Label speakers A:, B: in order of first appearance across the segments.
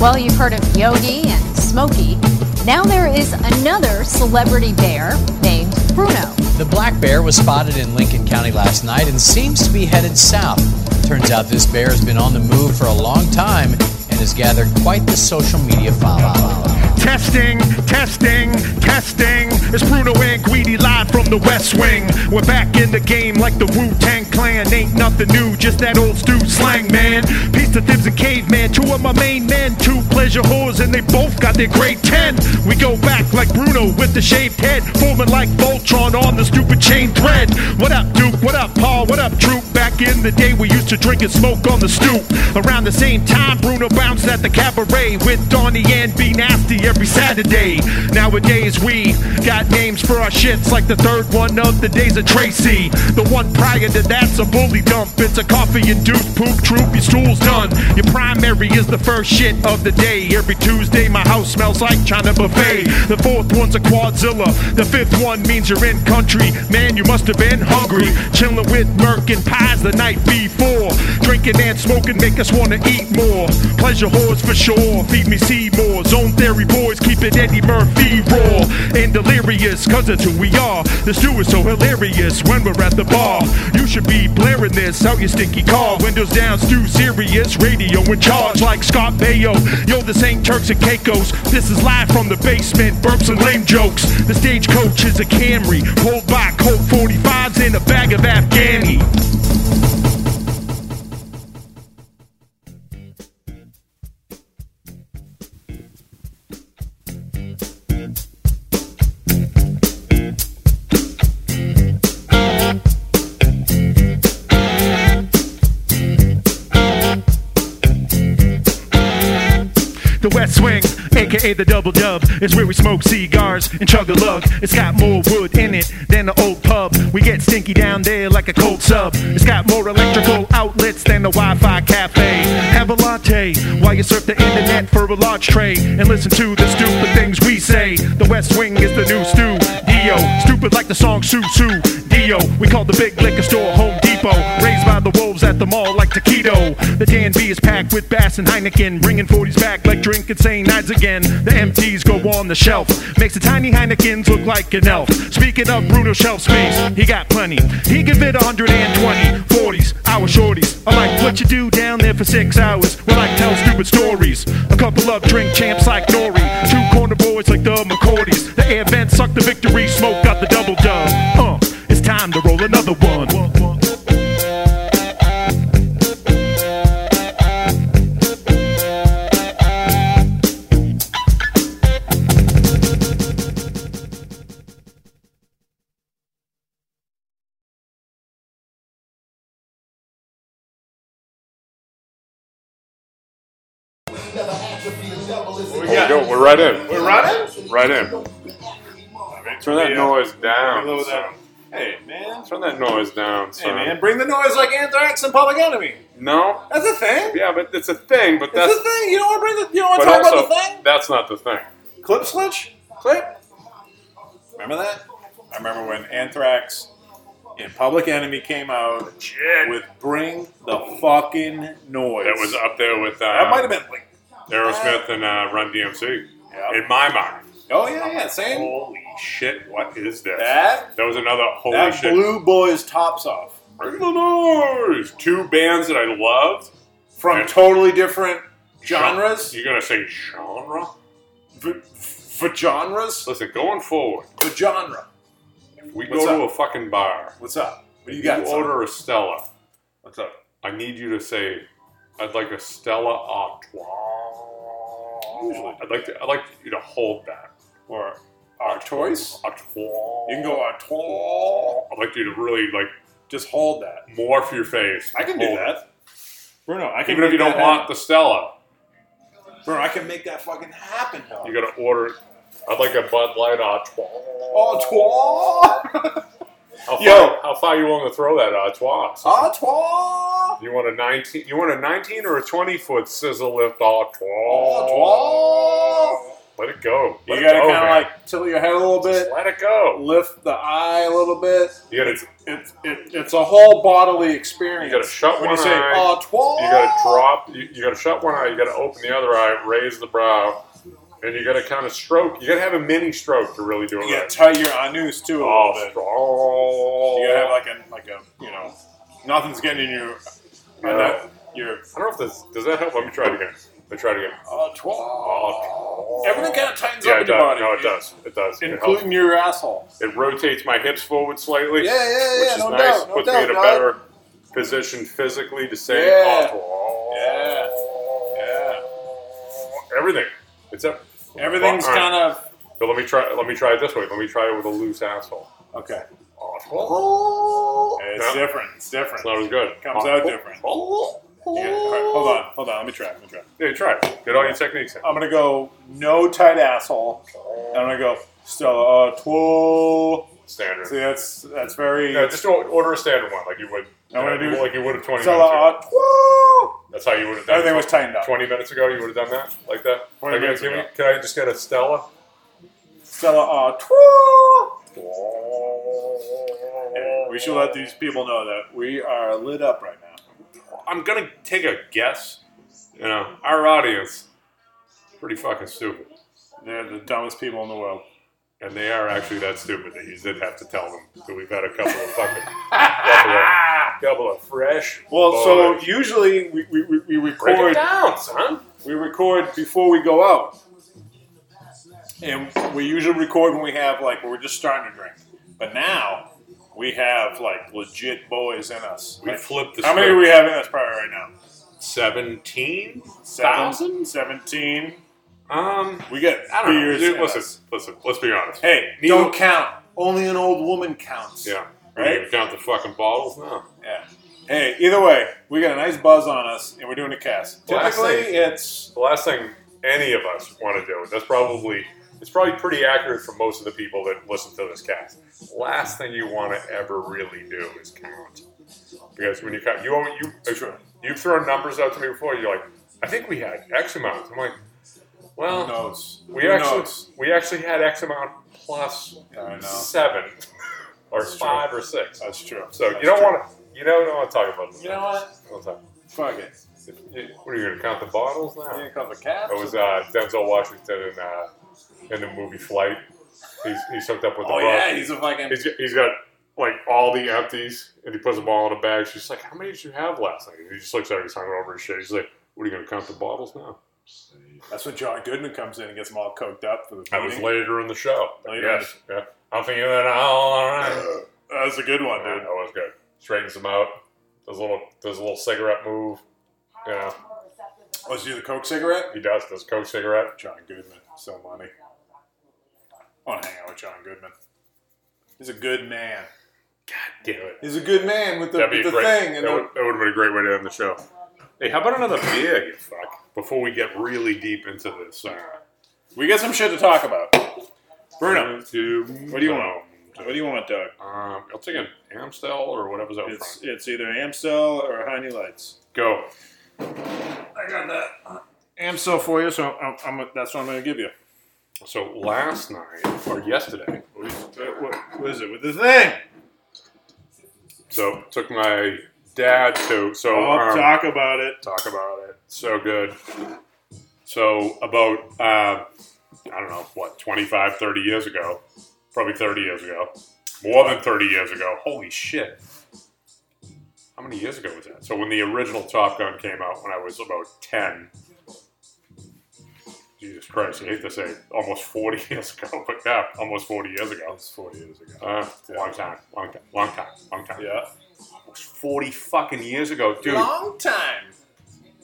A: Well, you've heard of Yogi and Smokey. Now there is another celebrity bear named Bruno.
B: The black bear was spotted in Lincoln County last night and seems to be headed south. Turns out this bear has been on the move for a long time and has gathered quite the social media following.
C: Testing, testing, testing. It's Bruno and Guidi live from the West Wing. We're back in the game like the Wu Tang Clan. Ain't nothing new, just that old stew slang, man. Piece to Thibs and Caveman, two of my main men, two pleasure whores, and they both got their grade 10. We go back like Bruno with the shaved head, forming like Voltron on the stupid chain thread. What up, Duke? What up, Paul? What up, Troop? Back in the day, we used to drink and smoke on the stoop. Around the same time, Bruno bounced at the cabaret with Donnie and B Nasty every Saturday. Nowadays, we got names for our shits like the third one of the days of Tracy. The one prior to that's a bully dump. It's a coffee induced poop troop. Your stool's done. Your primary is the first shit of the day. Every Tuesday, my house smells like China buffet. The fourth one's a quadzilla. The fifth one means you're in country. Man, you must have been hungry. Chilling with Merc and pies the night before. Drinking and smoking make us wanna eat more. Pleasure whores for sure. Feed me Seymour. Zone theory boys keep it Eddie Murphy raw and delirious. Cause it's who we are. The stew is so hilarious when we're at the bar. You should be blaring this out your stinky car. Windows down, stew serious. Radio in charge like Scott Baio. Yo, this ain't Turks and Caicos. This is live from the basement. Burps and lame jokes. The stagecoach is a Camry. Pulled by Colt 45s in a bag of Afghani. The West Wing, aka the Double Dub, is where we smoke cigars and chug a lug. It's got more wood in it than the old pub. We get stinky down there like a cold sub. It's got more electrical outlets than the Wi Fi cafe. Have a latte while you surf the internet for a large tray and listen to the stupid things we say. The West Wing is the new stew, Dio. Stupid like the song Sue Sue, Dio. We call the big liquor store Home Depot. Raised by the wolves at the mall like taquito. The Dan B is packed with Bass and Heineken, bringing 40s back like drinking St. Nights again. The MTs go on the shelf, makes the tiny Heinekens look like an elf. Speaking of Bruno shelf space, he got plenty. He can fit 120, 40s, our shorties. I like what you do down there for six hours. We like tell stupid stories. A couple of drink champs like Nori, two corner boys like the McCordys. The air vent sucked the victory, smoke got the double dub. Uh, it's time to roll another one.
D: Here we go. We're right in.
E: We're running?
D: Right in. Turn that
E: Yeah.
D: noise down.
E: Lower that.
D: son.
E: Hey, man.
D: Turn that noise down,
E: Hey,
D: son.
E: man. Bring the noise like Anthrax and Public Enemy.
D: No.
E: That's a thing.
D: Yeah, but it's a thing. But
E: That's
D: that's.
E: a thing. You don't want to bring the. You don't want
D: But
E: to talk
D: also,
E: about the thing?
D: that's not the thing.
E: Clip Switch? Clip? Remember that? I remember when Anthrax and Public Enemy came out with Bring the Fucking Noise.
D: That was up there with uh,
E: That might have been like.
D: Aerosmith and uh, Run DMC.
E: Yeah.
D: In my mind.
E: Oh, yeah, yeah. Same.
D: Holy shit! What is this?
E: That-
D: was another holy
E: That
D: shit.
E: blew boys' tops off.
D: Bring the noise. Two bands that I loved.
E: From
D: Yeah.
E: totally different genres.
D: You're gonna say genre?
E: V- v- genres?
D: Listen, going forward,
E: The genre.
D: if we
E: What's
D: go to
E: up?
D: a fucking bar,
E: What's up? What do you
D: you
E: got? son?
D: order a Stella.
E: What's up?
D: I need you to say, "I'd like a Stella Artois."
E: Usually.
D: I'd like to. I'd like you to hold that.
E: Or our choice?
D: Artois.
E: You can go on twelve.
D: I'd like you to really like
E: Just hold that.
D: morph your face.
E: I can do
D: Hold
E: that. Bruno, I
D: it.
E: can
D: Even if
E: make
D: you don't
E: that
D: want
E: happen.
D: the Stella,
E: Bruno, I can make that fucking happen. Dog.
D: you gotta order. I'd like a Bud Light Artois.
E: Oh,
D: How far,
E: Yo.
D: how far you willing to throw that Artois?
E: twa, ah, twa,
D: You want a nineteen? You want a nineteen or a twenty foot scissor lift Artois?
E: ah, twa.
D: Let it go. Let
E: You
D: it
E: gotta
D: go,
E: kind of
D: man.
E: like tilt your head a little bit,
D: Just let it go.
E: lift the eye a little bit.
D: You gotta,
E: It's it's it, it's a whole bodily experience.
D: You gotta shut
E: when
D: one
E: you say
D: eye.
E: "Oh, twelve."
D: you gotta drop. You, you gotta shut one eye. You gotta open the other eye. Raise the brow, and you gotta kind of stroke. You gotta have a mini stroke to really do it
E: You gotta
D: right.
E: tie your anus too a
D: oh,
E: little bit.
D: strong.
E: You gotta have like a like a you know, nothing's getting in your
D: Yeah.
E: uh, your
D: I don't know if this does that help. Let me try it again. Let me try it again.
E: uh, twelve.
D: Oh,
E: Everything kind of tightens
D: yeah,
E: up
D: it
E: in your
D: does.
E: body,
D: No, it does. It does. It, helps.
E: including your asshole.
D: it rotates my hips forward slightly.
E: Yeah, yeah,
D: which
E: yeah,
D: is
E: no
D: nice.
E: doubt, no
D: Puts me
E: doubt,
D: in a
E: dog.
D: better position physically to say
E: Yeah.
D: oh,
E: Yeah, yeah.
D: everything. It's a,
E: Everything's
D: All right.
E: kind of
D: So let me try. Let me try it this way. Let me try it with a loose asshole.
E: okay.
D: Oh,
E: It's
D: no, Oh.
E: different. It's different.
D: it's not as good.
E: Comes out different. Yeah. All right, hold on, hold on. Let me try. Let me try.
D: Yeah, you try. it. Get all your techniques in.
E: I'm gonna go no tight asshole. And I'm gonna go still uh, twirl.
D: Standard.
E: See, that's that's very.
D: No, just o- order a standard one, like you would. You
E: I'm
D: know,
E: gonna do-
D: like you would have twenty
E: still,
D: minutes. ago.
E: uh, twirl.
D: That's how you would have done.
E: Everything
D: it.
E: was tightened up.
D: Twenty minutes ago, you would have done that like that.
E: 20
D: Like,
E: minutes
D: give me-
E: ago.
D: can I just get a Stella?
E: Still, uh, twirl. Hey, we should let these people know that we are lit up right now.
D: I'm gonna take a guess. You know, our audience, pretty fucking stupid,
E: They're the dumbest people in the world.
D: and they are actually that stupid that you did have to tell them that we've had a couple of fucking couple, of, couple of fresh.
E: Well,
D: boys.
E: so usually we, we, we, we
D: break it
E: record
D: down, son.
E: we record before we go out, and we usually record when we have like we're just starting to drink. But now we have like legit boys in us.
D: We
E: Like,
D: flipped the
E: How many do we have in us probably right now?
D: Seventeen
E: Seven, Seventeen.
D: Um,
E: We get
D: I don't know.
E: beers.
D: Dude,
E: in
D: listen,
E: us.
D: listen. Let's be honest.
E: Hey,
D: Neither-
E: don't count. Only an old woman counts.
D: Yeah.
E: Right?
D: Right? You count the fucking bottles now.
E: Yeah. Hey, either way, we got a nice buzz on us, and we're doing a cast.
D: Well, I
E: Typically,
D: think-
E: it's
D: The last thing any of us want to do, that's probably, it's probably pretty accurate for most of the people that listen to this cast. Last thing you want to ever really do is count. Because when you count, you, always- you, you've thrown numbers out to me before, you're like, I think we had X amount. I'm like, well,
E: who knows.
D: we
E: Who
D: actually
E: knows?
D: we actually had X amount plus
E: Yeah, I know.
D: seven or
E: true.
D: five or six.
E: That's true.
D: So
E: That's
D: you don't
E: true.
D: want to you don't want to talk about this.
E: You know what?
D: Don't talk.
E: Fuck it.
D: eh,
E: Oh,
D: What are you gonna count the bottles now?
E: You ain't called the cast.
D: It was uh, Denzel Washington in, uh, in the movie Flight. He's, he's hooked up with
E: oh
D: the rock.
E: yeah, he's a fucking.
D: he's, got- he's got like all the empties, and he puts them all in a bag. She's like, "How many did you have last night?" And he just looks at her. He's hung over his shit. He's like, "What are you gonna count the bottles now?"
E: That's when John Goodman comes in and gets them all coked up for the.
D: That was
E: meeting.
D: later in the show.
E: Later in
D: yes. Yeah. I'm thinking that all right.
E: That was a good one,
D: That
E: dude.
D: was good. Straightens him out. Does a little does a little cigarette move. Yeah,
E: Was you the coke cigarette?
D: he does. Does a coke cigarette.
E: John Goodman, so money. I want to hang out with John Goodman. He's a good man.
D: Damn it.
E: He's a good man with the,
D: That'd be
E: with
D: a
E: the
D: great.
E: thing. And
D: that,
E: the-
D: would, that would have been a great way to end the show. Hey, how about another beer, you fuck? Before we get really deep into this, uh,
E: we got some shit to talk about. Bruno,
D: Two,
E: what do you want? What do you want, Doug?
D: Um, I'll take an Amstel or whatever's out
E: It's
D: front.
E: it's either Amstel or Honey Lights.
D: Go.
E: I got that Amstel for you, so I'm, I'm, that's what I'm going to give you.
D: So last night or yesterday,
E: What, what, what is it with the thing?
D: so took my dad to so
E: Oh,
D: um,
E: talk about it.
D: talk about it. So good. So about uh, I don't know what 25, 30 years ago, probably thirty years ago, more than thirty years ago. Holy shit! How many years ago was that? So when the original Top Gun came out, when I was about ten. Jesus Christ, I hate to say almost 40 years ago, but yeah, almost 40 years ago.
E: It's 40 years ago.
D: Uh, long time, long time, long time, long time.
E: Yeah.
D: It was 40 fucking years ago, dude.
E: Long time.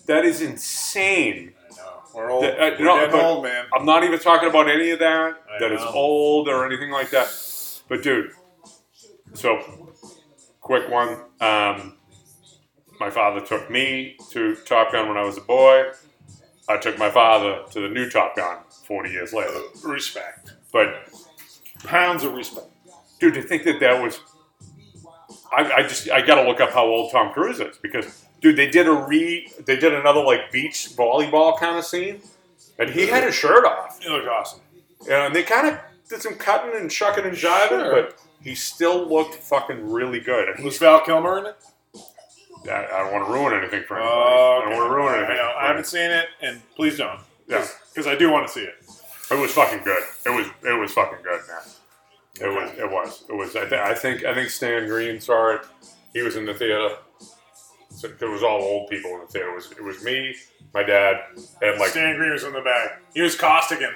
D: That is insane.
E: I know. We're old.
D: Th- uh,
E: We're
D: no,
E: getting
D: but-
E: old, man.
D: I'm not even talking about any of that
E: I
D: that is
E: know.
D: old or anything like that. But dude, so quick one. Um, my father took me to Top Gun when I was a boy. I took my father to the new Top Gun 40 years later.
E: Respect.
D: But
E: Pounds of respect.
D: dude, to think that that was. I, I just I gotta look up how old Tom Cruise is because dude they did a re they did another like beach volleyball kind of scene And he had his shirt off.
E: It looked awesome.
D: And they kind of did some cutting and shucking and jiving,
E: Sure.
D: but he still looked fucking really good. And
E: Was
D: he's,
E: Val Kilmer in it?
D: I, I don't want to ruin anything for him. I
E: Oh, okay.
D: don't want to ruin anything.
E: I, know.
D: for
E: I haven't
D: him.
E: seen it, and please don't.
D: Yeah.
E: Because I do want to see it.
D: It was fucking good. It was it was fucking good, man. It was it was it was. I, th- I think I think Stan Green saw it. He was in the theater. So it was all old people in the theater. It was it was me, my dad, and like
E: Stan Green was in the back. He was Costigan.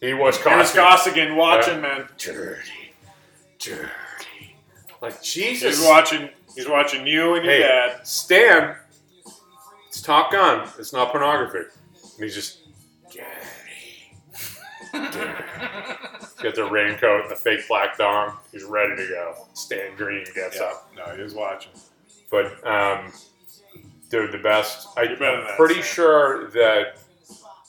D: he was
E: He was
D: costume.
E: Costigan watching, man.
D: Dirty, dirty. Like
E: He's
D: Jesus.
E: watching. He's watching you and your
D: Hey,
E: dad.
D: Stan. It's Top Gun. It's not pornography. And he's just dirty, dirty. Get the raincoat and the fake black dong. He's ready to go. Stan Green gets
E: Yeah.
D: up.
E: No, he was watching.
D: but um, they're the best. I'm
E: better than that,
D: pretty
E: Sam.
D: sure that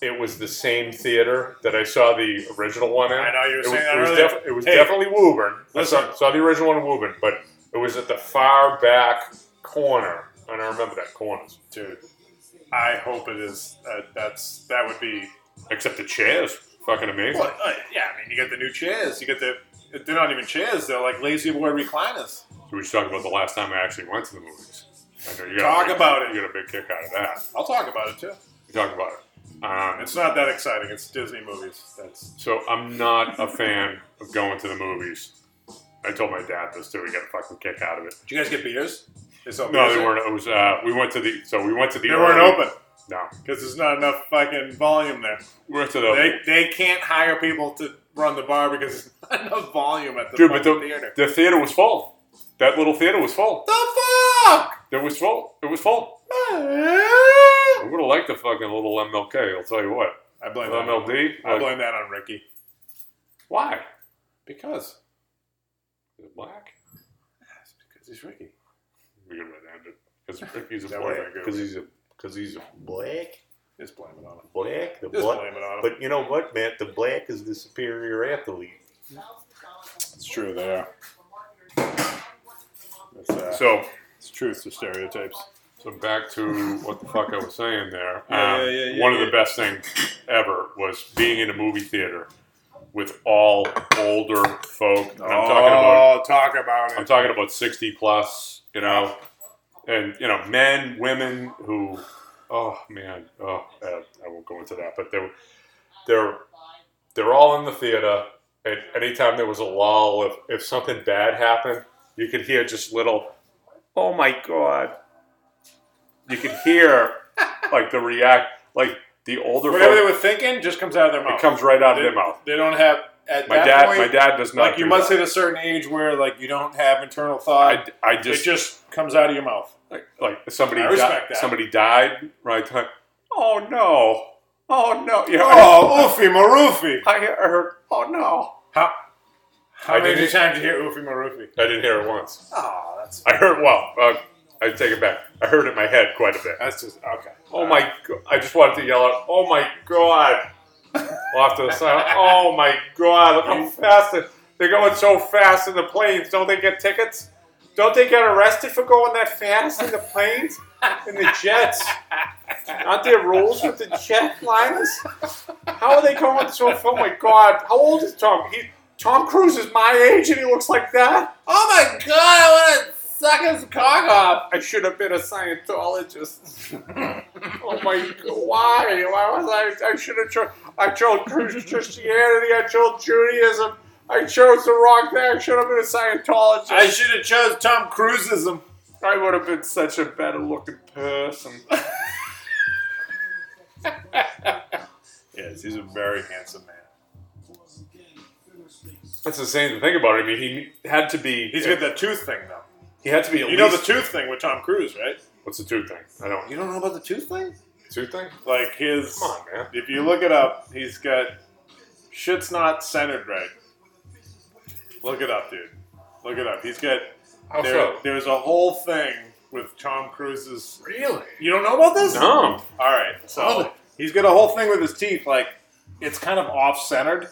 D: it was the same theater that I saw the original one in.
E: I know, you were
D: it was,
E: saying that
D: it was,
E: earlier.
D: defi- it was
E: Hey,
D: definitely Woburn. I saw,
E: listen.
D: saw the original one in Woburn, but it was at the far back corner, and I remember that corner.
E: Dude, I hope it is. Uh, that's that would be.
D: Except the chairs, fucking amazing.
E: Well, uh, yeah, I mean, you get the new chairs. You get the. They're not even chairs. They're like lazy boy recliners.
D: So we should talk about the last time I actually went to the movies. I know you got a
E: Talk
D: big-
E: about it.
D: You got a big kick out of that.
E: I'll talk about it too.
D: We talk about it. Um,
E: It's not that exciting. It's Disney movies. That's
D: So I'm not a fan of going to the movies. I told my dad this too. He got a fucking kick out of it.
E: Did you guys get beers? They sell
D: No,
E: beers
D: they
E: there?
D: weren't. It was uh, we went to the so we went to the.
E: They weren't
D: early-
E: open
D: No,
E: because there's not enough fucking volume there.
D: we went to the.
E: They they can't hire people to run the bar because there's not enough volume at the
D: dude, but
E: fucking
D: the
E: theater.
D: the theater was full. That little theater was full.
E: The fuck?
D: It was full. It was full. I would have liked the fucking little MLK. I'll tell you what.
E: I blame that. on-
D: MLD.
E: I
D: like,
E: blame that on Ricky
D: why?
E: because
D: Is it black?
E: that's because he's Ricky.
D: We can end it because he's a
E: That would've
D: black.
E: been good.
D: Because he's a because he's a
F: Black,
E: Just blame it on him.
F: black, the
E: Just
F: black.
E: blame it on him.
F: But you know what, Matt? The black is the superior athlete.
E: It's true. They are. It's, uh,
D: so.
E: it's truth to stereotypes.
D: So back to what the fuck I was saying there.
E: Yeah,
D: Um,
E: yeah, yeah, yeah,
D: one of
E: yeah.
D: the best things ever was being in a movie theater with all older folk. And I'm talking about
E: oh, talk about it.
D: I'm talking about 60 plus, you know, and you know, men, women who, oh man, oh, uh, I won't go into that, but they were, they're they're all in the theater. And anytime there was a lull, if if something bad happened, you could hear just little, oh my god. You could hear like the react, like the older
E: Whatever they
D: folk,
E: were thinking just comes out of their mouth.
D: it comes right out of
E: they,
D: their mouth.
E: They don't have at
D: My
E: that
D: dad,
E: point,
D: my dad does not.
E: Like you
D: do
E: must
D: that.
E: hit a certain age where like you don't have internal thought.
D: I, I just
E: it just comes out of your mouth.
D: like like somebody
E: I
D: di-
E: respect that.
D: somebody died right time. Oh no! Oh no! You know,
E: Oh, Oofy Maroofy.
D: I, I heard. Oh no!
E: How, how
D: I
E: many
D: didn't-
E: times did you hear Oofy Maroofy?
D: I didn't hear it once.
E: Oh, that's
D: I heard. Well, uh, I take it back. I heard it in my head quite a bit.
E: that's just okay.
D: Oh my! go- I just wanted to yell out. Oh my god! Off to the side. Oh my god! Look how fast they- they're going so fast in the planes. Don't they get tickets? Don't they get arrested for going that fast in the planes? In the jets? Aren't there rules with the jet liners? How are they going so? Oh my god! How old is Tom? He, Tom Cruise is my age and he looks like that. Oh my god! I want to suck his cock off. I should have been a Scientologist. Oh my! Why? Why was I? I should have chose. I chose Christianity. I chose Judaism. I chose the wrong thing. I should have been a Scientologist.
E: I should have chose Tom Cruiseism.
D: I would have been such a better looking person.
E: Yes, he's a very handsome man.
D: That's insane to think about. I mean, he had to be.
E: He's got that tooth thing though.
D: He had to be. At
E: You know the tooth thing with Tom Cruise, right?
D: What's the tooth thing? I don't.
E: You don't know about the tooth thing?
D: Tooth thing?
E: Like his
D: Come on, man.
E: if you look it up, he's got shit's not centered right. Look it up, dude. Look it up. He's got
D: How
E: there,
D: Oh, so?
E: there's a whole thing with Tom Cruise's.
D: Really?
E: You don't know about this?
D: No.
E: All right. So he's got a whole thing with his teeth. Like it's kind of off centered.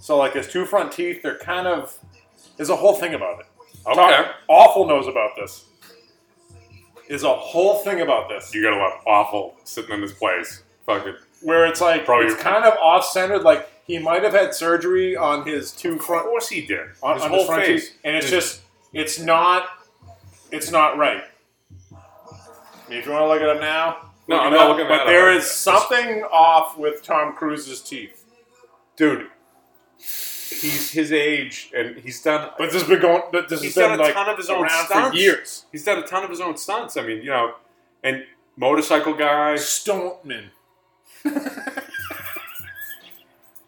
E: So like his two front teeth, they're kind of. There's a whole thing about it.
D: Okay.
E: Tom- Awful knows about this. Is a whole thing about this.
D: You got a lot of awful sitting in this place fucking
F: where it's like
D: Probably-
F: it's kind of off centered. Like he might have had surgery on his two
D: Of
F: front
D: course he did.
F: on
D: his
F: on
D: whole
F: front
D: face.
F: teeth, and it's
D: His-
F: just it's not it's not right. I mean, if you want to look it up now,
D: No,
F: look
D: I'm
F: it
D: not
F: up,
D: looking
F: But
D: that
F: there
D: up.
F: is something off with Tom Cruise's teeth.
D: dude. He's his age, and he's done.
F: But this has been going. This has
D: he's
F: been
D: done a
F: like
D: ton of his own
F: around
D: stunts
F: for years.
D: He's done a ton of his own stunts. I mean, you know, and motorcycle guy.
F: Stoneman.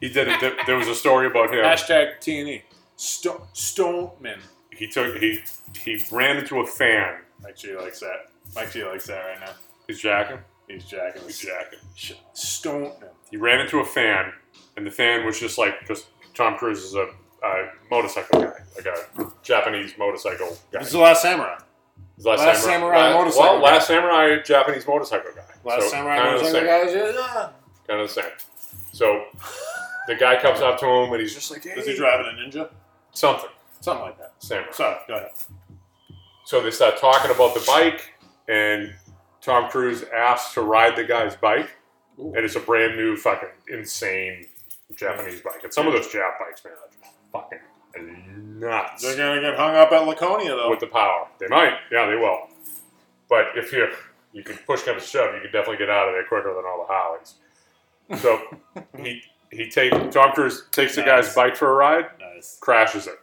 D: He did. A, there- there was a story about him.
F: Hashtag E. TNE. Sto- Stoneman.
D: He took. He he ran into a fan.
F: Mike G likes that. Mike G likes that right now.
D: He's jacking.
F: He's jacking.
D: He's
F: He's
D: jacking.
F: jacking. Stoneman.
D: He ran into a fan, and the fan was just like because Tom Cruise is a, a motorcycle guy, like a Japanese motorcycle guy.
F: This is the last samurai.
D: His last,
F: Last Samurai
D: La-
F: motorcycle
D: Well,
F: guy.
D: last samurai Japanese motorcycle guy.
F: Last
D: So,
F: samurai.
D: kinda the
F: motorcycle
D: same.
F: guys, yeah.
D: Kind of the same. So the guy comes up to him and he's just like,
F: Is he
D: "Hey."
F: driving a ninja?
D: something
F: Something like that.
D: samurai.
F: Sorry, go ahead.
D: So they start talking about the bike, and Tom Cruise asks to ride the guy's bike,
F: Ooh.
D: and it's a brand new fucking insane Japanese bike. And some of those Jap bikes, man, are just fucking nuts
F: They're gonna get hung up at Laconia though.
D: with the power. They might, yeah, they will. But if you you can push come to shove, you can definitely get out of there quicker than all the Hollies. So he he take Tom Cruise takes the
F: Nice.
D: guy's bike for a ride,
F: nice.
D: crashes it,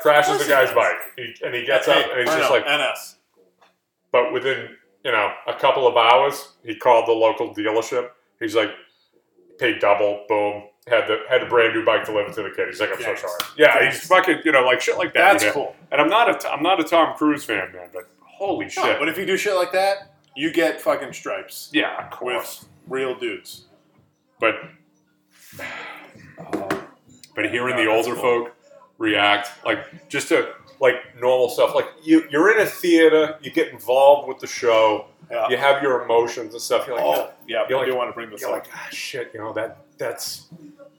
D: crashes the
F: he
D: guy's
F: does.
D: bike, he, and he gets up and he's
F: I
D: just
F: know,
D: like.
F: NS.
D: But within, you know, a couple of hours, he called the local dealership. He's like, paid double, boom, had the had a brand new bike delivered to the kid. He's like, I'm
F: Yes.
D: so sorry. Yeah,
F: Yes.
D: he's fucking, you know, like shit like that.
F: That's
D: man.
F: cool.
D: And I'm not a t- I'm not a Tom Cruise fan, man, but holy
F: No,
D: shit.
F: but if you do shit like that, you get fucking stripes
D: yeah, of course.
F: with real dudes.
D: But but hearing the older folk react like just to like normal stuff like you you're in a theater you get involved with the show
F: Yeah.
D: you have your emotions and stuff you're like
F: Oh, yeah.
D: You're
F: I do
D: like-
F: want to bring this
D: you're
F: up.
D: like, ah, shit, you know that that's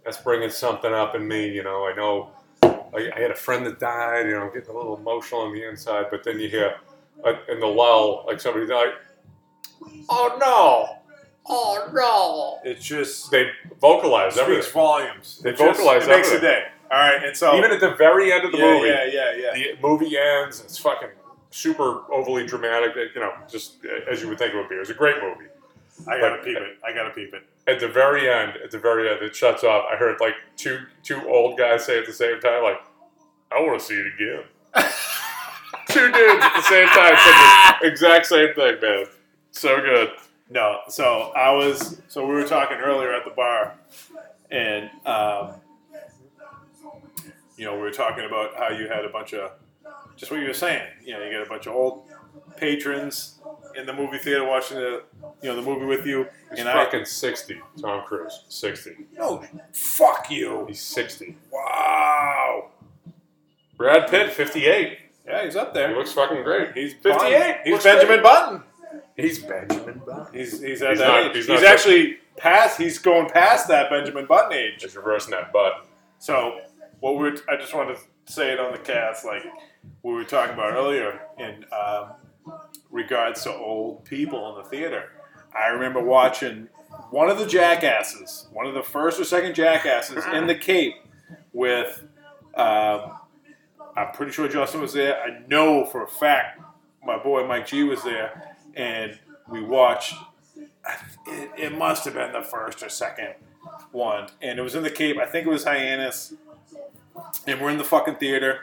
D: that's bringing something up in me. You know, I know I, I had a friend that died. You know, getting a little emotional on the inside, but then you hear uh, in the lull, like somebody like, oh no, oh no.
F: it's just
D: They vocalize
F: speaks
D: everything,
F: volumes.
D: They
F: It just-
D: vocalize
F: It makes a
D: everything.
F: day. All right, and so
D: even at the very end of the
F: yeah,
D: movie.
F: yeah, yeah, yeah.
D: The movie ends. It's fucking super overly dramatic. You know, just as you would think it would be. It was a great movie.
F: I gotta
D: But-
F: peep it. I gotta peep it.
D: at the very end, at the very end, it shuts off. I heard like two two old guys say at the same time, like, "I want to see it again." two dudes at the same time said the exact same thing, man. So good.
F: No, so I was so we were talking earlier at the bar, and um, you know we were talking about how you had a bunch of just what you were saying. You know, you got a bunch of old patrons in the movie theater watching the you know the movie with you,
D: He's
F: and I
D: fucking sixty. Tom Cruise, sixty.
F: no fuck you.
D: He's sixty.
F: Wow.
D: Brad Pitt, fifty-eight.
F: Yeah, he's up
D: He
F: there.
D: looks fucking great.
F: He's
D: fifty-eight.
F: Button. He's
D: Looks
F: Benjamin
D: great.
F: Button.
D: He's Benjamin Button.
F: He's he's at
D: He's
F: that
D: not-
F: age.
D: he's
F: He's,
D: not that-
F: actually past. He's going past that Benjamin Button age.
D: He's reversing that butt.
F: So what we're I just wanted to say it on the cast, like we were talking about earlier in um, regards to old people in the theater. I remember watching one of the jackasses, one of the first or second jackasses in the Cape with. Um, I'm pretty sure Justin was there. I know for a fact my boy Mike G was there, and we watched. It, it must have been the first or second one, and it was in the Cape. I think it was Hyannis, and we're in the fucking theater,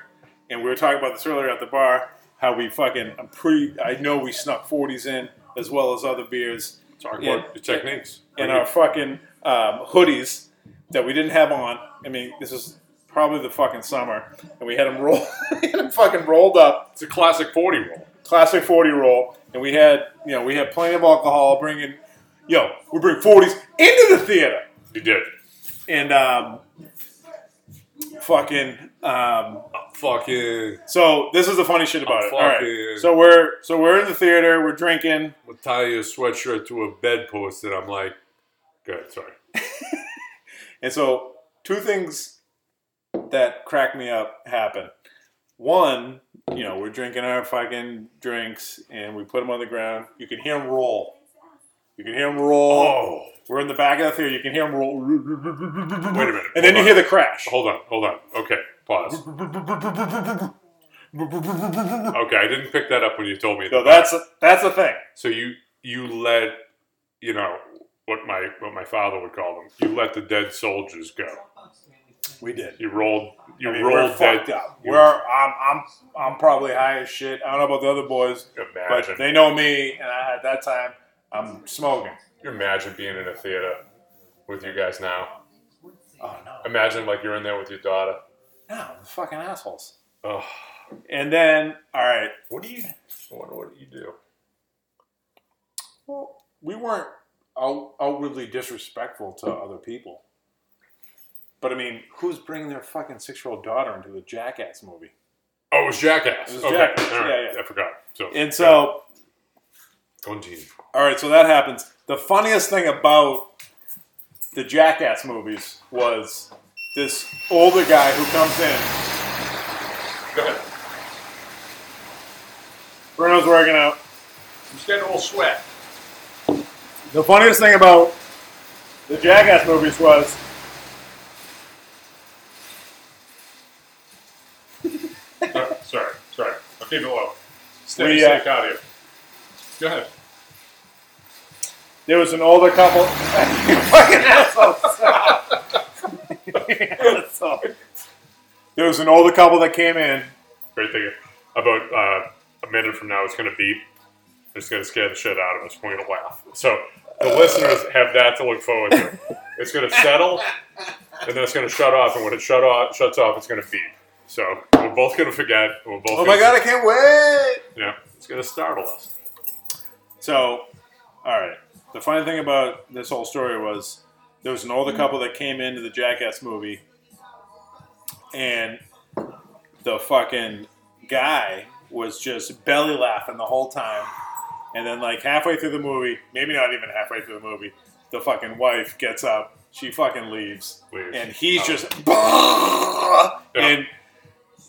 F: and we were talking about this earlier at the bar. How we fucking, I'm pretty. I know we snuck 40s in as well as other beers.
D: Talk
F: Yeah.
D: about the techniques.
F: And our fucking um, hoodies that we didn't have on. I mean, this is probably the fucking summer, and we had them roll, had 'em fucking rolled up,
D: it's a classic forty roll.
F: classic forty roll, and we had you know we had plenty of alcohol, bringing yo we bring forties into the theater,
D: You did.
F: and um, fucking um,
D: Fucking
F: so this is the funny shit about it. All
D: Fucking-
F: right, so we're so we're in the theater, we're drinking.
D: I'll tie your sweatshirt to a bedpost, and I'm like, good, sorry.
F: And so, two things that crack me up happen. One, you know, we're drinking our fucking drinks and we put them on the ground. You can hear them roll.
E: You can hear them roll.
D: Oh.
E: We're in the back of the theater. You can hear them roll. Wait a
D: Wait a minute.
E: And
D: Hold
E: then you
D: on.
E: hear the crash.
D: Hold on, hold on. Okay, pause. Okay, I didn't pick that up when you told me.
E: So that's that's the thing.
D: so you you let you know what my what my father would call them. You let the dead soldiers go.
E: We did.
D: You rolled you
E: I mean, we're
D: rolled dead.
E: fucked up.
D: you-
E: We're I'm I'm I'm probably high as shit. I don't know about the other boys,
D: Imagine.
E: but they know me, and I, at that time I'm smoking.
D: you imagine being in a theater with you guys now.
E: Oh no,
D: Imagine like you're in there with your daughter.
E: no, the fucking assholes.
D: Oh,
E: And then all right,
D: what do you? I wonder what you do.
E: well, we weren't out, outwardly disrespectful to other people, but I mean, who's bringing their fucking six year old daughter into the Jackass movie?
D: Oh, it was Jackass.
E: It was
D: okay,
E: Jackass,
D: all right.
E: yeah, yeah.
D: I forgot. So
E: And so.
D: Continue.
E: All right, so that happens. The funniest thing about the Jackass movies was this older guy who comes in.
D: Go ahead.
E: Bruno's working out.
D: I'm just getting a little sweat.
E: The funniest thing about the Jackass movies was.
D: sorry, Uh, sorry, sorry. I'll keep it low. Stay,
E: We,
D: stay
E: uh,
D: out of here. Go ahead.
E: There was an older couple. You fucking assholes. there was an older couple that came in.
D: Great thing about uh, a minute from now, it's going to beep. It's going to scare the shit out of us. We're going to laugh. So the listeners have that to look forward to. It's going to settle, and then it's going to shut off. And when it shut off, shuts off, it's going to beep. So we're both going to forget. We're both.
E: Oh
D: gonna-
E: my god, I can't wait!
D: Yeah, it's going to startle us.
E: So, all right. The funny thing about this whole story was there was an
D: Mm.
E: older couple that came into the Jackass movie, and the fucking guy was just belly laughing the whole time. And then, like halfway through the movie, maybe not even halfway through the movie, the fucking wife gets up. She fucking leaves,
D: Leaves.
E: and he's
D: Oh.
E: just and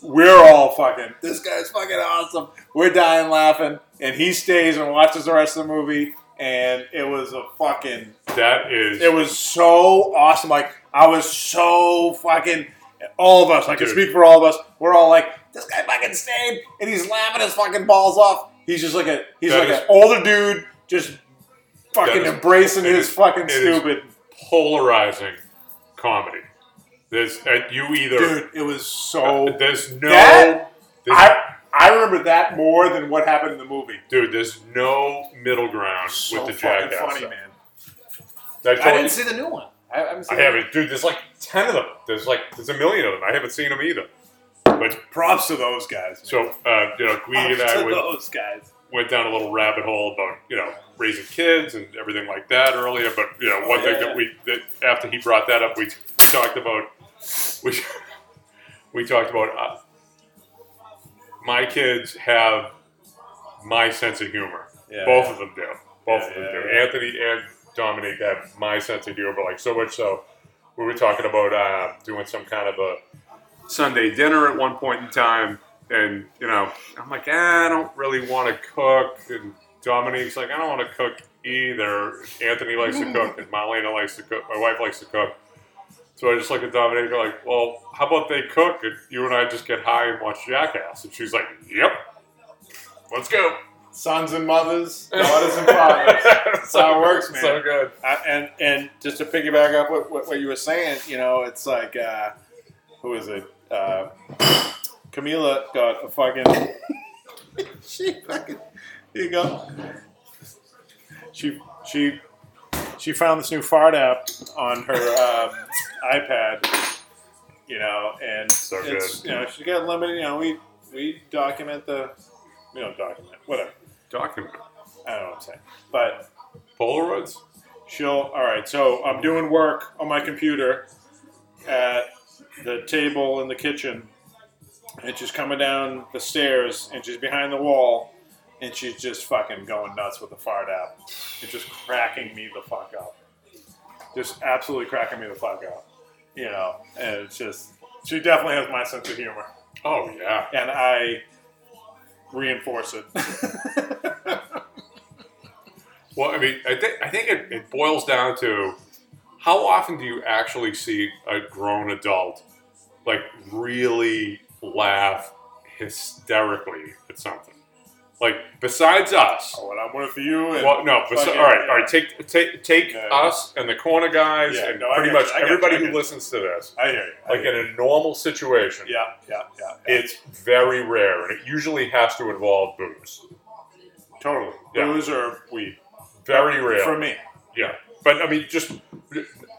E: we're all fucking. This guy's fucking awesome. We're dying laughing, and he stays and watches the rest of the movie. And it was a fucking.
D: That is.
E: It was so awesome. Like I was so fucking. All of us. I can
D: Dude.
E: speak for all of us. We're all like, this guy fucking stayed, and he's laughing his fucking balls off. He's just like a. He's
D: That
E: like
D: is-
E: an older dude, just fucking
D: is-
E: embracing
D: it
E: his
D: is-
E: fucking
D: it is-
E: stupid.
D: polarizing comedy. There's uh, you either.
E: Dude, it was so.
D: Uh, there's no.
E: Oh, That-
D: there's-
E: I I remember that more than what happened in the movie.
D: Dude, there's no middle ground
E: So
D: with the
E: fucking
D: jackass.
E: funny,
D: stuff.
E: man.
D: That
E: I
D: told
E: didn't
D: you-
E: see the new one. I haven't
D: I
E: seen it.
D: haven't, dude. There's like ten of them. There's like there's a million of them. I haven't seen them either. But
E: Props to those guys. man.
D: so uh, you know, Gwee
E: Props
D: and I
E: to
D: went,
E: those guys.
D: went down a little rabbit hole about you know raising kids and everything like that earlier. But you know, one thing
E: yeah.
D: that we that after he brought that up, we talked about we we talked about uh, my kids have my sense of humor.
E: Yeah.
D: Both of them do. Both of them
E: Yeah, yeah,
D: do.
E: yeah.
D: Anthony and Dominic have my sense of humor, like so much so. We were talking about uh, doing some kind of a Sunday dinner at one point in time, and you know, I'm like, "Ah, I don't really want to cook, and Dominique's like, I don't want to cook either. Anthony likes to cook, and Marlena likes to cook. My wife likes to cook. So I just look at Dominique, I'm like, well, how about they cook and you and I just get high and watch Jackass? And she's like, yep, let's go.
E: Sons and mothers, daughters and fathers.
D: That's
E: how it works, man.
D: So good.
E: I, and and just to piggyback up what, what, what you were saying, you know, it's like uh, who is it? Uh, Camila got a fucking. she fucking. Here you go. She she she found this new fart app on her um, iPad. You know, and
D: So
E: it's
D: good.
E: you know she got limited. You know, we we document the we don't document whatever.
D: Document.
E: I don't know what I'm saying, but
D: Polaroids?
E: She'll. All right. So I'm doing work on my computer at the table in the kitchen, and she's coming down the stairs, and she's behind the wall, and she's just fucking going nuts with the fart app, and just cracking me the fuck up, just absolutely cracking me the fuck up, you know. And it's just she definitely has my sense of humor,
D: Oh, yeah.
E: and I reinforce it.
D: Well, I mean, I think I think it, it boils down to how often do you actually see a grown adult like really laugh hysterically at something? Like besides us.
E: Oh, and I'm with you. And
D: Well, no, but so,
E: fucking-
D: all right, all right. Take take take
E: Yeah.
D: us and the corner guys
E: Yeah,
D: and
E: no, I
D: pretty
E: got
D: much
E: you, I got you,
D: everybody
E: I
D: who
E: got you.
D: listens to this.
E: I hear you. I
D: Like
E: hear
D: in a normal situation,
E: you. Yeah, yeah, yeah. yeah.
D: it's very rare, and it usually has to involve booze.
E: totally.
D: Yeah.
E: Booze or weed.
D: Very rare.
E: For me.
D: Yeah, but I mean, just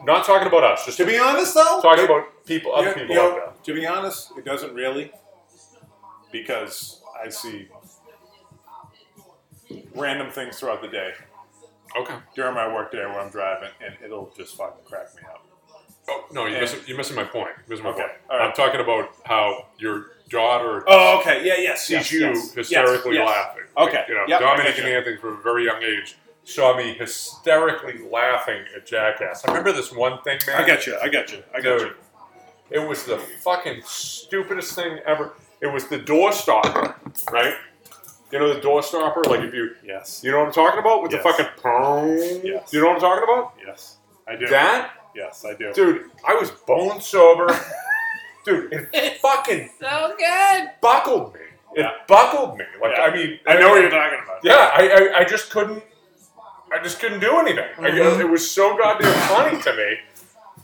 D: not talking about us. Just
E: To be honest, though,
D: talking
E: it-
D: about people, other
E: you-
D: people
E: you
D: out
E: know,
D: there.
E: To be honest, it doesn't really, because I see random things throughout the day
D: Okay.
E: during my work day when I'm driving, and it'll just fucking crack me up.
D: Oh no, you're
E: And-
D: missing, you're missing my point. You're missing my
E: Okay,
D: point.
E: all right.
D: I'm talking about how your daughter
E: Oh, okay, yeah, yes,
D: sees
E: yes,
D: you
E: yes,
D: hysterically
E: yes, yes.
D: laughing.
E: Okay,
D: Like, you know,
E: yep, I
D: Dominic
E: gotcha.
D: and Anthony from a very young age saw me hysterically laughing at Jackass. I remember this one thing, man.
E: I got you. I got you. I got you.
D: Dude, it was the fucking stupidest thing ever. It was the door stopper, right? You know the door stopper, like if you
E: Yes,
D: You know what I'm talking about with
E: Yes.
D: the fucking pong.
E: Yes.
D: You know what I'm talking about?
E: yes, I do.
D: That
E: Yes, I do.
D: dude, I was bone sober. dude, it fucking
A: So good.
D: buckled me. It
E: Yeah.
D: buckled me. Like
E: Yeah.
D: I mean, I know
E: what
D: you're.
E: talking about.
D: Yeah, I, I I just couldn't. I just couldn't do anything. I-
E: Mm-hmm.
D: it was so goddamn funny to me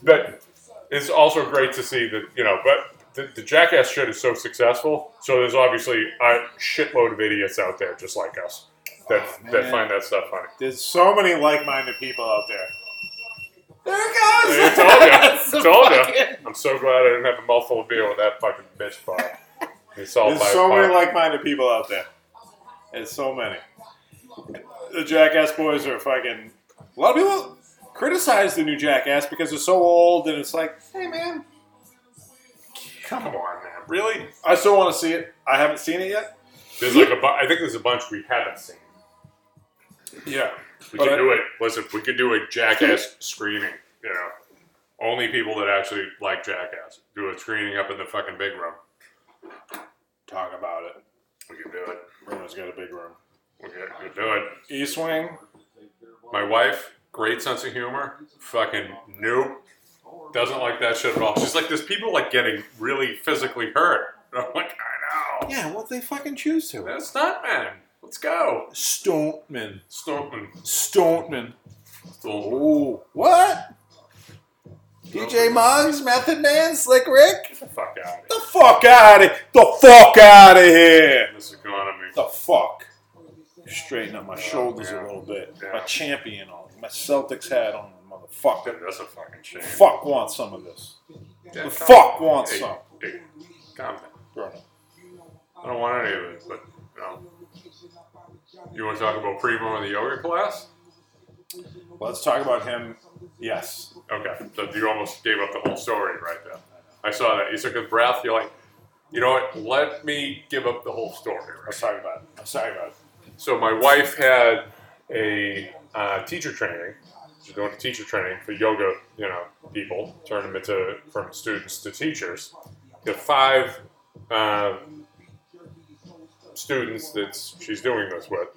D: that it's also great to see that you know, but. The, the jackass shit is so successful, so there's obviously a shitload of idiots out there just like us that
E: Oh,
D: that
E: man.
D: find that stuff funny.
E: There's so many like-minded people out there.
G: There it goes.
D: I told
G: That's
D: ya.
G: the
D: I told ya.
G: fucking-
D: I'm so glad I didn't have a mouthful of beer with that fucking bitch bar. It's all
E: There's
D: my
E: so
D: fault.
E: many like-minded people out there. There's so many. The Jackass boys are fucking. A lot of people criticize the new Jackass because they're so old, and it's like, hey man,
D: Come on, man. Really?
E: I still want to see it. I haven't seen it yet.
D: There's like a bu- I think there's a bunch we haven't seen.
E: Yeah,
D: We
E: But
D: could
E: I-
D: do it. Listen, we could do a jackass screening. You know, only people that actually like jackass do a screening up in the fucking big room.
E: talk about it.
D: We could do it.
E: Bruno's got a big room.
D: We could, we could do it.
E: East Wing.
D: My wife, great sense of humor. Fucking nope. Doesn't like that shit at all. She's like, there's people like getting really physically hurt. And I'm like, I know.
E: Yeah, what they fucking choose to.
D: That's not man. Let's go.
E: Stoneman.
D: Stoneman. Stoneman.
E: Stoneman. Ooh, what? DJ Muggs, Method Man, Slick Rick.
D: Get the fuck out of
E: The fuck out of the fuck out of here.
D: here. This is economy.
E: The fuck. Straighten up my shoulders
D: yeah.
E: a little bit.
D: Yeah.
E: My champion on, my Celtics hat on, motherfucker.
D: That's a fucking shame.
E: Fuck wants some of this.
D: Yeah,
E: The
D: come-
E: fuck wants
D: Hey,
E: some,
D: hey, calm down.
E: Bruno.
D: I don't want any of it, but you know. You want to talk about Primo in the yoga class?
E: Let's talk about him. Yes.
D: Okay, so you almost gave up the whole story right there. I saw that. You took a breath. You're like, you know what? Let me give up the whole story.
E: I'm
D: Right?
E: sorry about it. I'm sorry about it.
D: So my wife had a uh, teacher training. She's doing a teacher training for yoga, you know, people, turn them into from students to teachers. The five um, students that she's doing this with.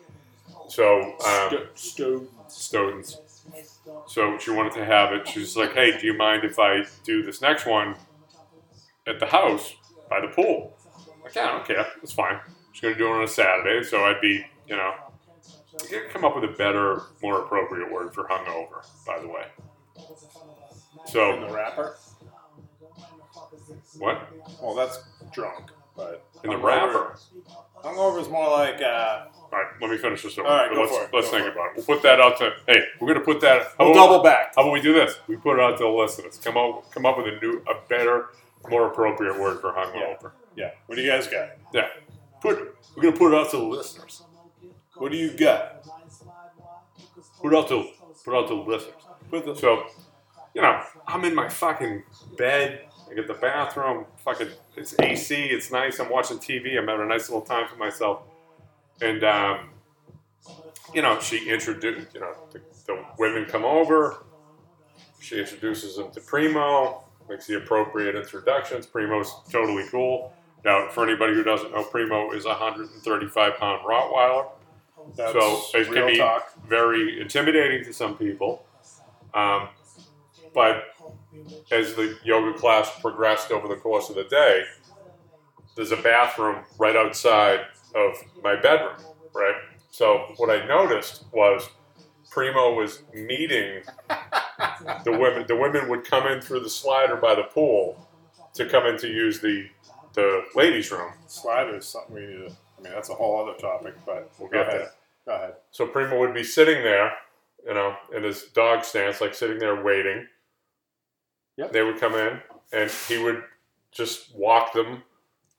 D: So um,
E: Sto- Sto-
D: students. So she wanted to have it. She's like, "Hey, do you mind if I do this next one at the house by the pool?" I'm Like, yeah, I don't care. It's fine. She's gonna do it on a Saturday, so I'd be, you know, you gotta come up with a better, more appropriate word for hungover. By the way,
E: the
D: so
E: rapper.
D: what
E: Well, that's drunk, but
D: in the wrapper?
E: Hungover is more like uh,
D: All right, let me finish this. All
E: All right, go
D: let's
E: for it.
D: let's
E: Go
D: think
E: for it.
D: about it. We'll put that out to. Hey, we're gonna put that.
E: we'll
D: how-
E: double back.
D: How about we do this? We put it out to the listeners. Come up, come up with a new, a better, more appropriate word for hungover.
E: Yeah. What do you guys got?
D: Yeah. Put we're gonna put it out to the listeners.
E: What do you got?
D: Put it out to put it out to the listeners.
E: Put the
D: So, you know, I'm in my fucking bed. I get the bathroom. Fucking, it's AC. It's nice. I'm watching TV. I'm having a nice little time for myself. And um, you know, she introduced. You know, the, the women come over. She introduces them to Primo. Makes the appropriate introductions. Primo's totally cool. Now, for anybody who doesn't know, Primo is a 135 pound Rottweiler.
E: That's
D: so it
E: real
D: can be
E: talk.
D: very intimidating to some people. Um, but as the yoga class progressed over the course of the day, there's a bathroom right outside of my bedroom, right? So what I noticed was Primo was meeting the women. The women would come in through the slider by the pool to come in to use the the ladies' room.
E: Slider is something we need to. I mean, that's a whole other topic, but we'll
D: get
E: ahead.
D: there.
E: Go ahead.
D: So Primo would be sitting there, you know, in his dog stance, like sitting there waiting.
E: Yep.
D: They would come in, and he would just walk them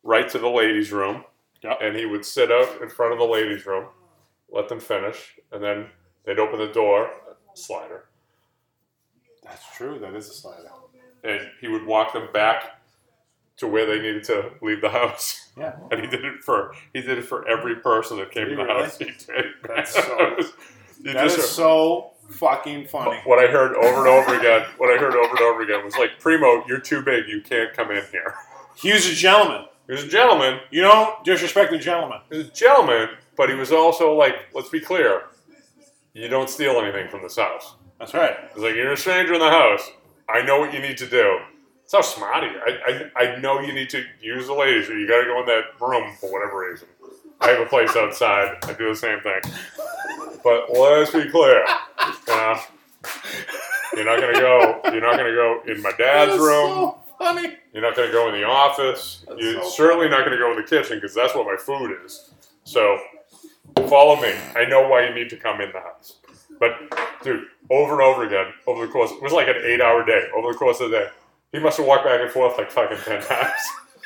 D: right to the ladies' room.
E: Yep.
D: And he would sit out in front of the ladies' room, let them finish, and then they'd open the door, slider,
E: That's true. That is a slider.
D: and he would walk them back to where they needed to leave the house.
E: Yeah.
D: And he did it for he did it for every person that came in the
E: Really?
D: house. He did.
E: That's so-
D: You
E: That
D: just
E: is
D: are-
E: so fucking funny.
D: What I heard over and over again, what I heard over and over again was like, Primo, you're too big. You can't come in here.
E: He was a gentleman.
D: He was a gentleman.
E: You don't disrespect the gentleman.
D: He was a gentleman, but he was also like, let's be clear, you don't steal anything from this house.
E: That's right.
D: He's like, you're a stranger in the house. I know what you need to do. It's how smart he I, I, I know you need to use the ladies or you got to go in that room for whatever reason. I have a place outside. I do the same thing. But let's be clear. You know, you're not gonna go. You're not gonna go in my dad's room.
E: Oh, funny.
D: You're not going to go in the office. You're
E: so
D: certainly not going to go in the kitchen because that's where my food is. So follow me. I know why you need to come in the house. But dude, over and over again, over the course, it was like an eight-hour day. Over the course of the day, he must have walked back and forth like fucking ten times.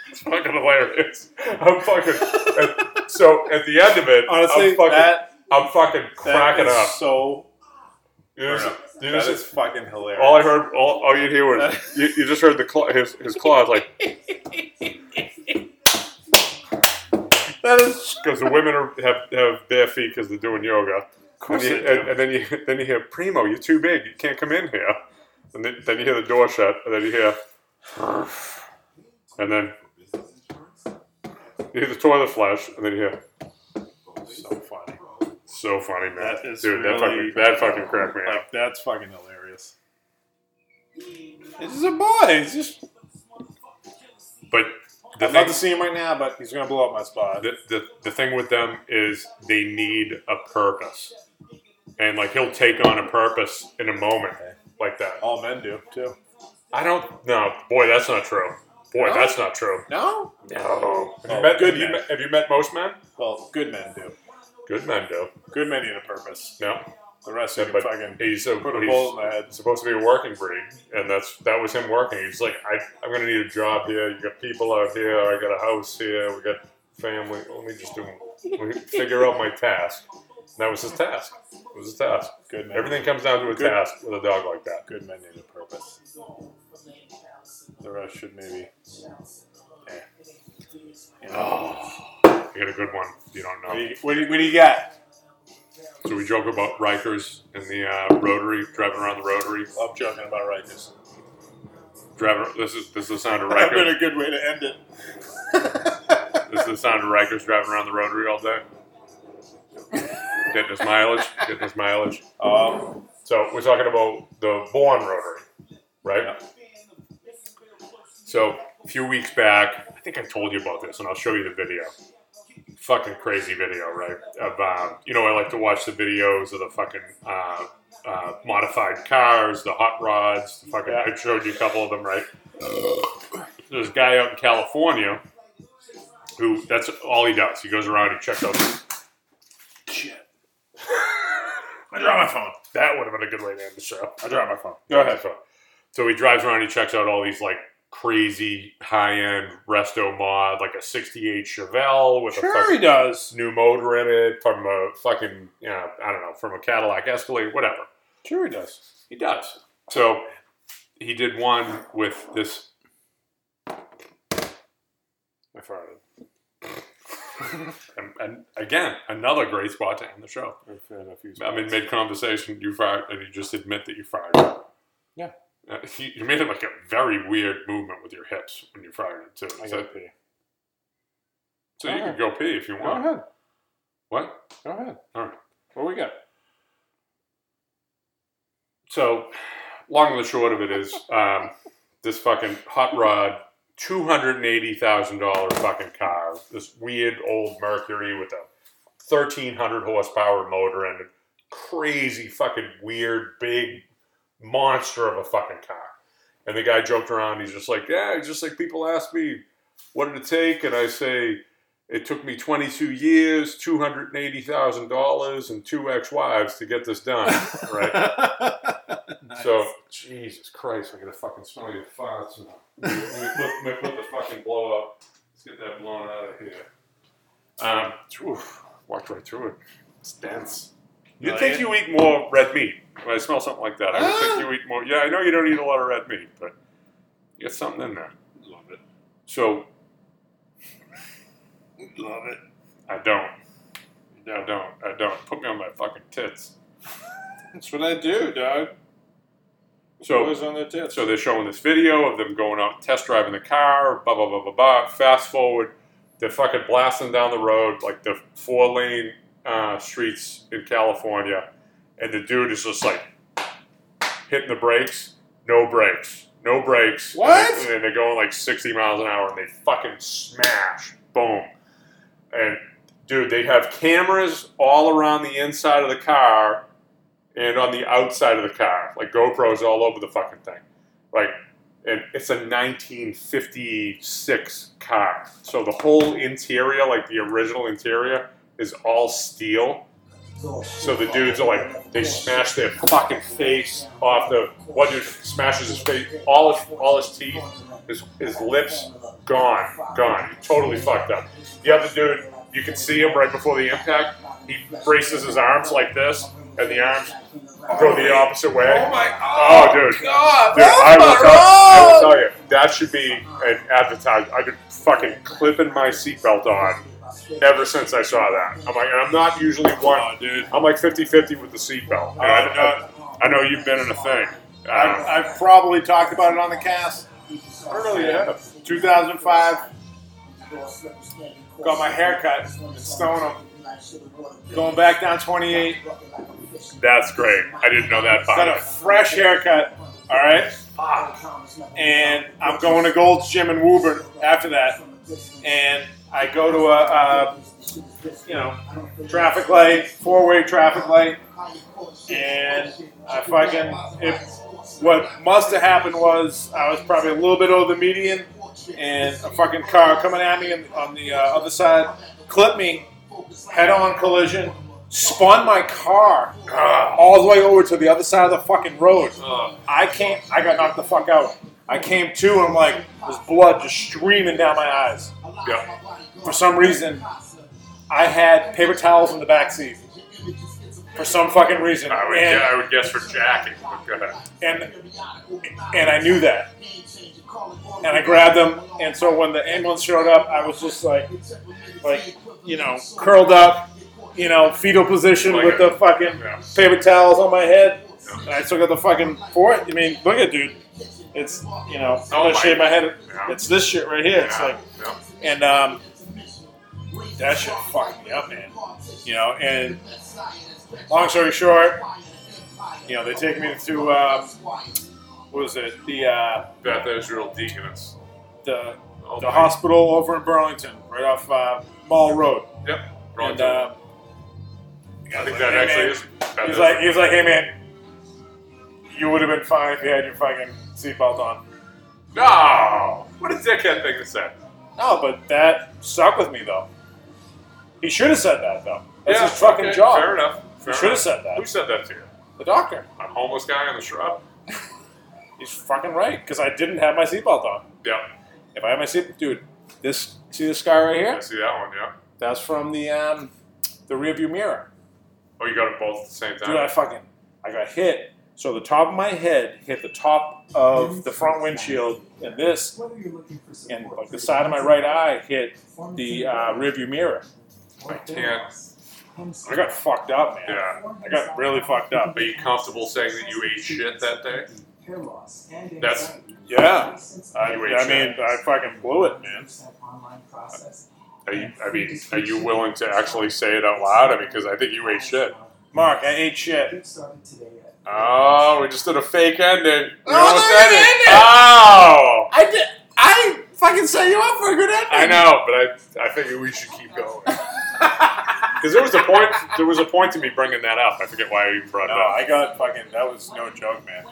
D: it's fucking hilarious. I'm fucking. and so at the end of it,
E: Honestly,
D: I'm fucking,
E: that-
D: I'm fucking
E: That
D: cracking
E: is
D: up.
E: so.
D: You just- you
E: that
D: just-
E: is fucking hilarious.
D: all I heard, all, all you hear was you, you just heard the claw, his his claws like
E: Oh, that is.
D: because the women are, have have bare feet because they're doing yoga. And,
E: course
D: you,
E: they do.
D: and, and then you then you hear Primo, you're too big, you can't come in here. And then, then you hear the door shut, and then you hear, and then you hear the toilet flush, and then you hear.
E: So funny.
D: So funny, man.
E: That is
D: Dude, that fucking
E: really-
D: that fucking cracked me up.
E: Like that's fucking hilarious. It's just a boy. It's just.
D: But the
E: I'd
D: thing-
E: love to see him right now, but he's gonna blow up my spot.
D: the, the, the thing with them is they need a purpose. And like he'll take on a purpose in a moment like that.
E: All men do too.
D: I don't no, boy, that's not true. Boy,
E: No?
D: that's not true.
E: No.
D: No. Have you
E: Oh,
D: met
E: good
D: have you
E: man.
D: met, have you met most men?
E: Well, good men do.
D: Good men do.
E: Good men need a purpose.
D: No.
E: The rest of
D: Yeah,
E: you
D: but
E: fucking
D: he's, a,
E: put a
D: he's
E: bullet in the head.
D: supposed to be a working breed, and that's that was him working. He's like, I, I'm gonna need a job here. You got people out here. I got a house here. We got family. Let me just do. Let me figure out my task. And that was his task. It was his task.
E: Good man.
D: Everything comes down to a
E: Good.
D: task with a dog like that.
E: Good men need a purpose. The rest should maybe. Eh. You know,
D: Ah. You got a good one. You don't
E: what, do
D: know.
E: you, what, do you, what do you got?
D: So we joke about Rikers and the uh, Rotary driving around the Rotary.
E: Love joking about Rikers.
D: Driving. This is this is the sound of
E: That's been
D: Rikers.
E: a good way to end it.
D: This is the sound of Rikers driving around the rotary all day. Getting his mileage, getting his mileage.
E: Um,
D: So we're talking about the Vaughan Rotary, right? So a few weeks back, I think I told you about this, and I'll show you the video. Fucking crazy video, right? Of um, you know, I like to watch the videos of the fucking uh, uh, modified cars, the hot rods. The fucking, I showed you a couple of them, right? There's a guy out in California who that's all he does. He goes around, he checks out. Shit. I dropped my phone. That would have been a good way to end the show. I dropped my phone. Go ahead, phone. So he drives around, he checks out all these like crazy high end resto mod, like a 68 Chevelle with a
E: sure
D: fucking
E: he does.
D: new motor in it from a fucking, you know, I don't know, from a Cadillac Escalade, whatever.
E: Sure he does.
D: He does. So he did one with this. I farted. and, and again, another great spot to end the show.
E: We've had a few
D: I'm in
E: spots.
D: mid conversation, you fired, and you just admit that you fired.
E: Yeah.
D: Uh, you, you made it like a very weird movement with your hips when you fired it, too.
E: I
D: So,
E: gotta pee.
D: so you can go pee if you
E: Go
D: want.
E: ahead.
D: What? Go ahead. All right.
E: What we got?
D: So, long and the short of it is, um, this fucking hot rod, two hundred and eighty thousand dollar fucking car, this weird old Mercury with a thirteen hundred horsepower motor and a crazy fucking weird big monster of a fucking car. And the guy joked around. He's just like, yeah, it's just like people ask me, what did it take, and I say. It took me 22 years, $280,000, and two ex wives to get this done. Right? So Jesus Christ, I gotta fucking smell your farts. and- Let me, let me put the fucking blow up. Let's get that blown out of here. Um, oof, walked right through it.
E: It's dense.
D: You'd
E: Not
D: think
E: it?
D: you eat more red meat. When I smell something like that, I would think you eat more. Yeah, I know you don't eat a lot of red meat, but you got something in there.
E: Love it.
D: So
E: Love it.
D: I don't. I don't. I don't. Put me on my fucking tits.
E: That's what I do, dog.
D: So
E: Boys on their tits.
D: So they're showing this video of them going out test driving the car, blah blah blah blah blah. Fast forward, they're fucking blasting down the road like the four lane uh, streets in California, and the dude is just like hitting the brakes, no brakes, no brakes. And
E: What?
D: they- and they're going like sixty miles an hour, and they fucking smash, boom, and dude, they have cameras all around the inside of the car and on the outside of the car, like GoPros all over the fucking thing. Like, and it's a 1956 car, so the whole interior, like the original interior, is all steel. So the dudes are like, they smash their fucking face off the. One dude smashes his face, all his, all his teeth, his, his lips, gone, gone, totally fucked up. The other dude, you can see him right before the impact. He braces his arms like this, and the arms go the opposite way.
E: oh my
D: Oh,
E: oh,
D: dude.
E: God,
D: Dude,
E: that's
D: I will,
E: my
D: tell, I will
E: wrong.
D: tell you, that should be an advertisement. I've been fucking clipping my seatbelt on ever since I saw that. I'm like, and I'm not usually one.
E: dude.
D: I'm like 50 50 with the seatbelt. And I, I- I know you've been in a thing. Um,
E: I've probably talked about it on the cast. I don't know yet. 2005. Got my hair cut in Stoneham. Going back down 28.
D: that's great. I didn't know that part.
E: Got a fresh haircut. All right. And I'm going to Gold's Gym in Woburn after that. And I go to a, uh you know, traffic light, four-way traffic light. And I fucking, it, what must have happened was I was probably a little bit over the median, and a fucking car coming at me and on the uh, other side clipped me, head-on collision, spun my car uh, all the way over to the other side of the fucking road. I can't. I got knocked the fuck out. I came to, and I'm like, there's blood just streaming down my eyes.
D: Yeah.
E: For some reason, I had paper towels in the back seat. For some fucking reason,
D: I would,
E: and,
D: yeah, I would guess for jacking, but go ahead.
E: and and I knew that. And I grabbed them, and so when the ambulance showed up, I was just like, like, you know, curled up, you know, fetal position
D: Like
E: with
D: a-
E: the fucking
D: yeah.
E: paper towels on my head. And I still got the fucking fort. I mean, look at dude. It's you know, I'm
D: Oh
E: gonna
D: my-
E: shave my head.
D: Yeah.
E: It's this shit right here. It's
D: Yeah,
E: like,
D: yeah.
E: and um, that shit fucked me up, man. You know, and long story short, you know, they take me to um, what was it? The uh,
D: Beth Israel Deaconess.
E: the
D: Oh,
E: the
D: my-
E: hospital over in Burlington, right off uh, Mall Road.
D: Yep. Wrong
E: And
D: dude.
E: um,
D: I think that actually is. Beth
E: He's
D: Israel.
E: like, he's like, hey man, you would have been fine if you had your fucking seatbelt on.
D: No! What a dickhead thing to say.
E: No, but that stuck with me though. He should have said that though. That's
D: Yeah,
E: his fucking
D: okay,
E: job.
D: Fair enough. Fair
E: should have
D: enough.
E: said that.
D: Who said that to you?
E: The doctor.
D: A homeless guy in the shrub?
E: He's fucking right because I didn't have my seatbelt on.
D: Yep.
E: If I had my seat, dude, this see this guy right
D: I
E: here?
D: see that one, yeah.
E: That's from the um, the rearview mirror.
D: Oh, you got them both at the same time?
E: Dude, I fucking I got hit. So the top of my head hit the top of the front windshield, and this, and like the side of my right eye hit the uh, rearview mirror.
D: I can't.
E: I got fucked up, man.
D: Yeah.
E: I got really fucked up.
D: Are you comfortable saying that you ate shit that day?
H: That's
D: That's-
E: Yeah. I,
D: You ate
E: I
D: shit.
E: mean, I fucking blew it, man.
D: Are you, I mean, are you willing to actually say it out loud? I mean, because I think you ate shit.
E: Mark, I ate shit.
H: Kickstarted today at
D: Oh, we just did a fake ending. We
E: Oh, I
D: almost
E: thought you
D: ended.
E: ended.
D: Oh,
E: I did. I fucking set you up for a good ending.
D: I know, but I, I figure we should keep going because there was a point. There was a point to me bringing that up. I forget why I even brought it
E: No,
D: up.
E: I got fucking. That was no joke, man.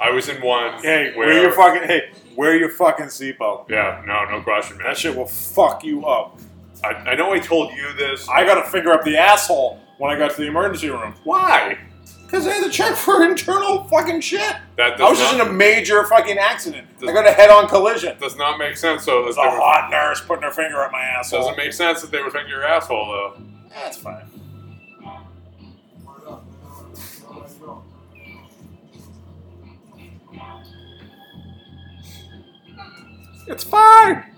D: I was in one.
E: Hey,
D: where,
E: wear your fucking. Hey, wear your fucking seatbelt.
D: Yeah, no, no question, man.
E: That shit will fuck you up.
D: I, I know I told you this.
E: I got a finger up the asshole when I got to the emergency room
D: why?
E: because I had to check for internal fucking shit.
D: That does
E: I was
D: not,
E: just in a major fucking accident. I
D: Does-
E: got a head-on collision.
D: does not make sense. So that
E: There's a
D: they were-
E: hot nurse putting her finger up my asshole.
D: doesn't make sense that they were thinking your asshole though.
E: That's fine. It's fine.